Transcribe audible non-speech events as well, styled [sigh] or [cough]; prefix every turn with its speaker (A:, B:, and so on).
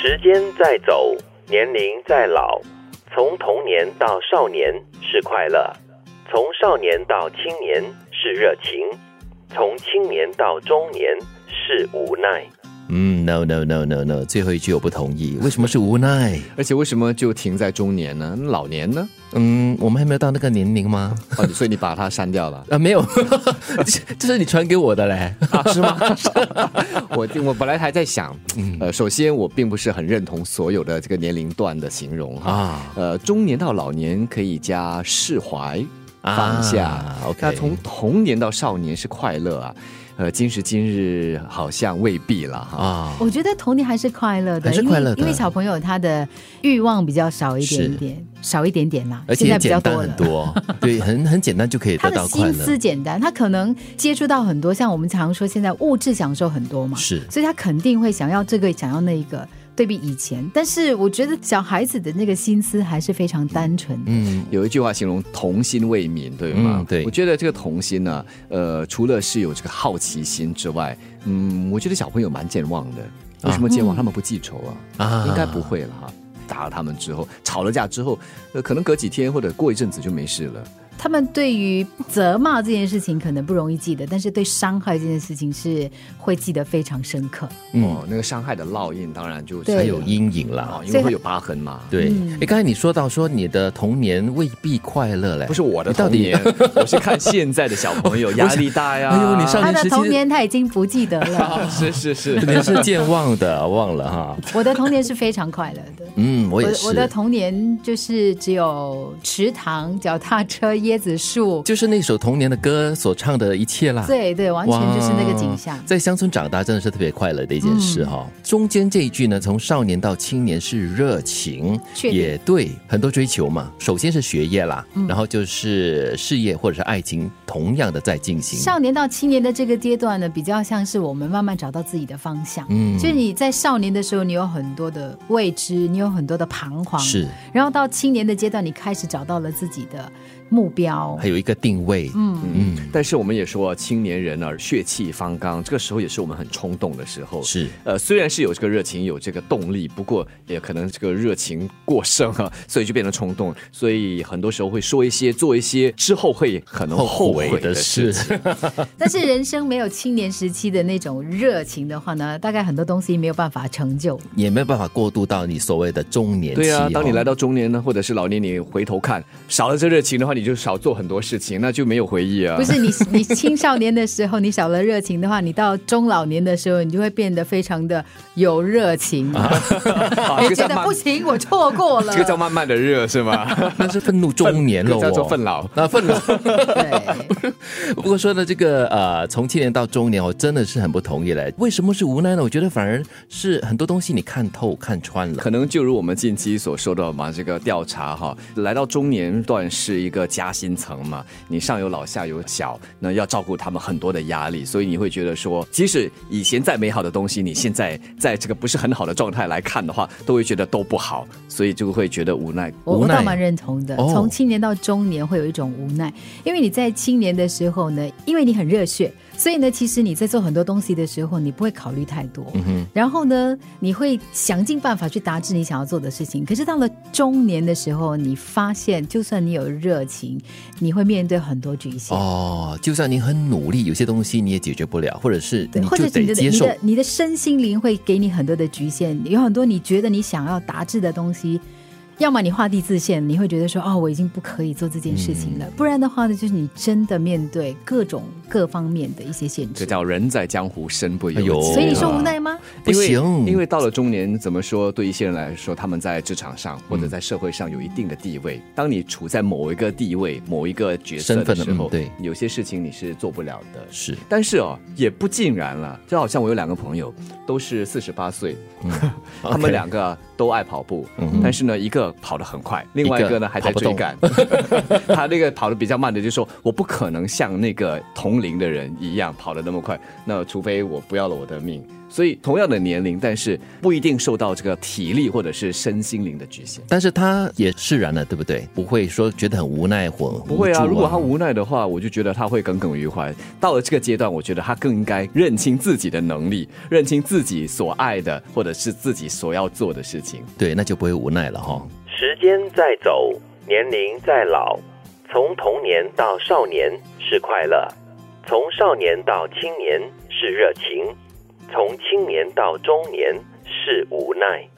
A: 时间在走，年龄在老，从童年到少年是快乐，从少年到青年是热情，从青年到中年是无奈。
B: 嗯，no no no no no，最后一句我不同意。为什么是无奈？
C: 而且为什么就停在中年呢？老年呢？
B: 嗯，我们还没有到那个年龄吗？
C: 哦，所以你 [laughs] 把它删掉了
B: 啊，没有， [laughs] 这这是你传给我的嘞。
C: 啊？是吗？ [laughs] 我我本来还在想，呃，首先我并不是很认同所有的这个年龄段的形容哈。
B: 啊
C: 呃，中年到老年可以加释怀、
B: 啊
C: 放下。
B: OK
C: 那从童年到少年是快乐啊，呃，今时今日好像未必了哈。
B: 啊，
D: 我觉得童年还是快乐的，
B: 还是快乐的
D: 因为因为小朋友他的欲望比较少一点
B: 是
D: 一点，少一点点啦，
B: 而且
D: 现在
B: 也
D: 比较
B: 简
D: 多
B: 单
D: 了
B: 很。多，对，很很简单就可以
D: 他
B: 得
D: 的
B: 到快
D: 心思
B: 乐。
D: 简单，他可能接触到很多，像我们常说现在物质享受很多嘛，
B: 是
D: 所以他肯定会想要这个，想要那一个。对比以前，但是我觉得小孩子的那个心思还是非常单纯的。
B: 嗯，
C: 有一句话形容童心未泯，对吗？
B: 嗯对
C: 我觉得这个童心呢，呃，除了是有这个好奇心之外，嗯，我觉得小朋友蛮健忘的。为什么健忘？他们不记仇啊？
B: 啊
C: 应该不会了哈。打了他们之后，吵了架之后，呃，可能隔几天或者过一阵子就没事了。
D: 他们对于责骂这件事情可能不容易记得，但是对伤害这件事情是会记得非常深刻。
C: 哦，那个伤害的烙印当然就
D: 对
B: 嗯还有阴影啦
C: 啊，。因
D: 所
C: 为
D: 以
C: 会有疤痕嘛。
B: 对，
D: 嗯
B: 哎，刚才你说到说你的童年未必快乐嘞，
C: 不是我的
B: 你到
C: 童
B: 底
C: 年，
B: [laughs]
C: 我是看现在的小朋友压力大呀。
B: 哎呦你上
D: 他
B: 年
D: 的
B: 时期
D: 童年他已经不记
B: [laughs]
D: 得了， [laughs]
C: 啊 [laughs] 是是是，
B: 你是健忘的，忘了哈。
D: 我的童年是非常快乐的。
B: 嗯，我也是。
D: 我我的童年就是只有池塘、脚踏车、椰子树，
B: 就是那首童年的歌所唱的一切啦。
D: 对对，完全就是那个景象嗯
B: 哇。在乡村长大真的是特别快乐的一件事哈、中间这一句呢，从少年到青年是热情，
D: 确定嗯
B: 也对，很多追求嘛。首先是学业啦，然后就是事业或者是爱情，同样的在进行。
D: 少年到青年的这个阶段呢，比较像是我们慢慢找到自己的方向。
B: 嗯
D: 就是你在少年的时候，你有很多的未知，你有很多的彷徨。
B: 是，
D: 然后到青年的阶段，你开始找到了自己的目标。
B: 还有一个定位，嗯嗯，
C: 但是我们也说，青年人呢血气方刚，这个时候也是我们很冲动的时候。
B: 是
C: 呃，虽然是有这个热情，有这个动力，不过也可能这个热情过剩啊， [laughs] 所以就变成冲动，所以很多时候会说一些、做一些之后会可能后悔的事情。
D: 但是人生没有青年时期的那种热情的话呢，大概很多东西没有办法成就。
B: [laughs] 也没有办法过渡到你所谓的中年期、
C: [laughs] 对啊，当你来
B: 到。
C: 到中年呢，或者是老年，你回头看，少了这热情的话，你就少做很多事情，那就没有回忆啊。[laughs]
D: 不是你，你青少年的时候你少了热情的话，你到中老年的时候，你就会变得非常的有热情，
C: 啊，这个叫
D: 你觉得
C: 慢
D: 哎不，行， [laughs] 我错过了
C: 这。个叫慢慢的热是 [laughs] 吗？
B: 那是愤怒中年
C: [laughs]
B: 了、哦，
C: 叫做愤老。
B: 啊，愤怒。 [laughs]
D: 对，
B: 不过说到这个呃，从青年到中年，我真的是很不同意嘞。为什么是无奈呢？我觉得反而是很多东西你看透、看穿了。
C: 可能就如我们近期所说的嘛，这个调查哈，来到中年段是一个夹心层嘛，你上有老下有小，那要照顾他们很多的压力，所以你会觉得说，即使以前再美好的东西，你现在在这个不是很好的状态来看的话，都会觉得都不好，所以就会觉得无奈。
D: 我
B: 无
D: 我
B: 奈
D: 倒蛮认同的。
B: 哦
D: 从青年到中年会有一种无奈，因为你在青年的时候呢，因为你很热血，所以呢，其实你在做很多东西的时候，你不会考虑太多。
B: 嗯
D: 然后呢，你会想尽办法去达至你想要做的事情。可是到了中年的时候，你发现，就算你有热情，你会面对很多局限。
B: 哦，就算你很努力，有些东西你也解决不了，或者是
D: 对，
B: 你
D: 或者
B: 就是
D: 你
B: 得
D: 的
B: 接
D: 你
B: 受。
D: 的你的身心灵会给你很多的局限，有很多你觉得你想要达至的东西，要么你画地自限，你会觉得说哦，我已经不可以做这件事情了；
B: 嗯
D: 不然的话呢，就是你真的面对各种各方面的一些限
C: 这
D: 制。
C: 叫人在江湖身不由
B: 哎
C: 己、
B: 呦
C: 啊。
D: 所以你说无奈吗？
B: 不
C: 因为
B: 行
C: 因为到了中年，怎么说？对一些人来说，他们在职场上
B: 嗯
C: 或者在社会上有一定的地位。当你处在某一个地位、某一个角色
B: 身份的
C: 的时候，
B: 嗯对
C: 有些事情你是做不了的。
B: 是
C: 但是哦，也不尽然了。就好像我有两个 [laughs] 朋友，都是四十八岁，他
B: 嗯 OK 嗯
C: 们两个都爱跑步，但是呢，一个个跑得很快，另外一个呢还在
B: 跑不动
C: 追赶。 [laughs] 他那个跑得比较慢的就说，我不可能像那个同龄的人一样跑得那么快，那除非我不要了我的命。所以同样的年龄，但是不一定受到这个体力或者是身心灵的局限。
B: 但是他也释然了，对不对？不会说觉得很无奈或
C: 不会啊，
B: 无助
C: 如果他无奈的话，我就觉得他会耿耿于怀。到了这个阶段，我觉得他更应该认清自己的能力，认清自己所爱的或者是自己所要做的事情。
B: 对，那就不会无奈了哈、
A: 时间在走，年龄在老，从童年到少年是快乐，从少年到青年是热情，从青年到中年是无奈。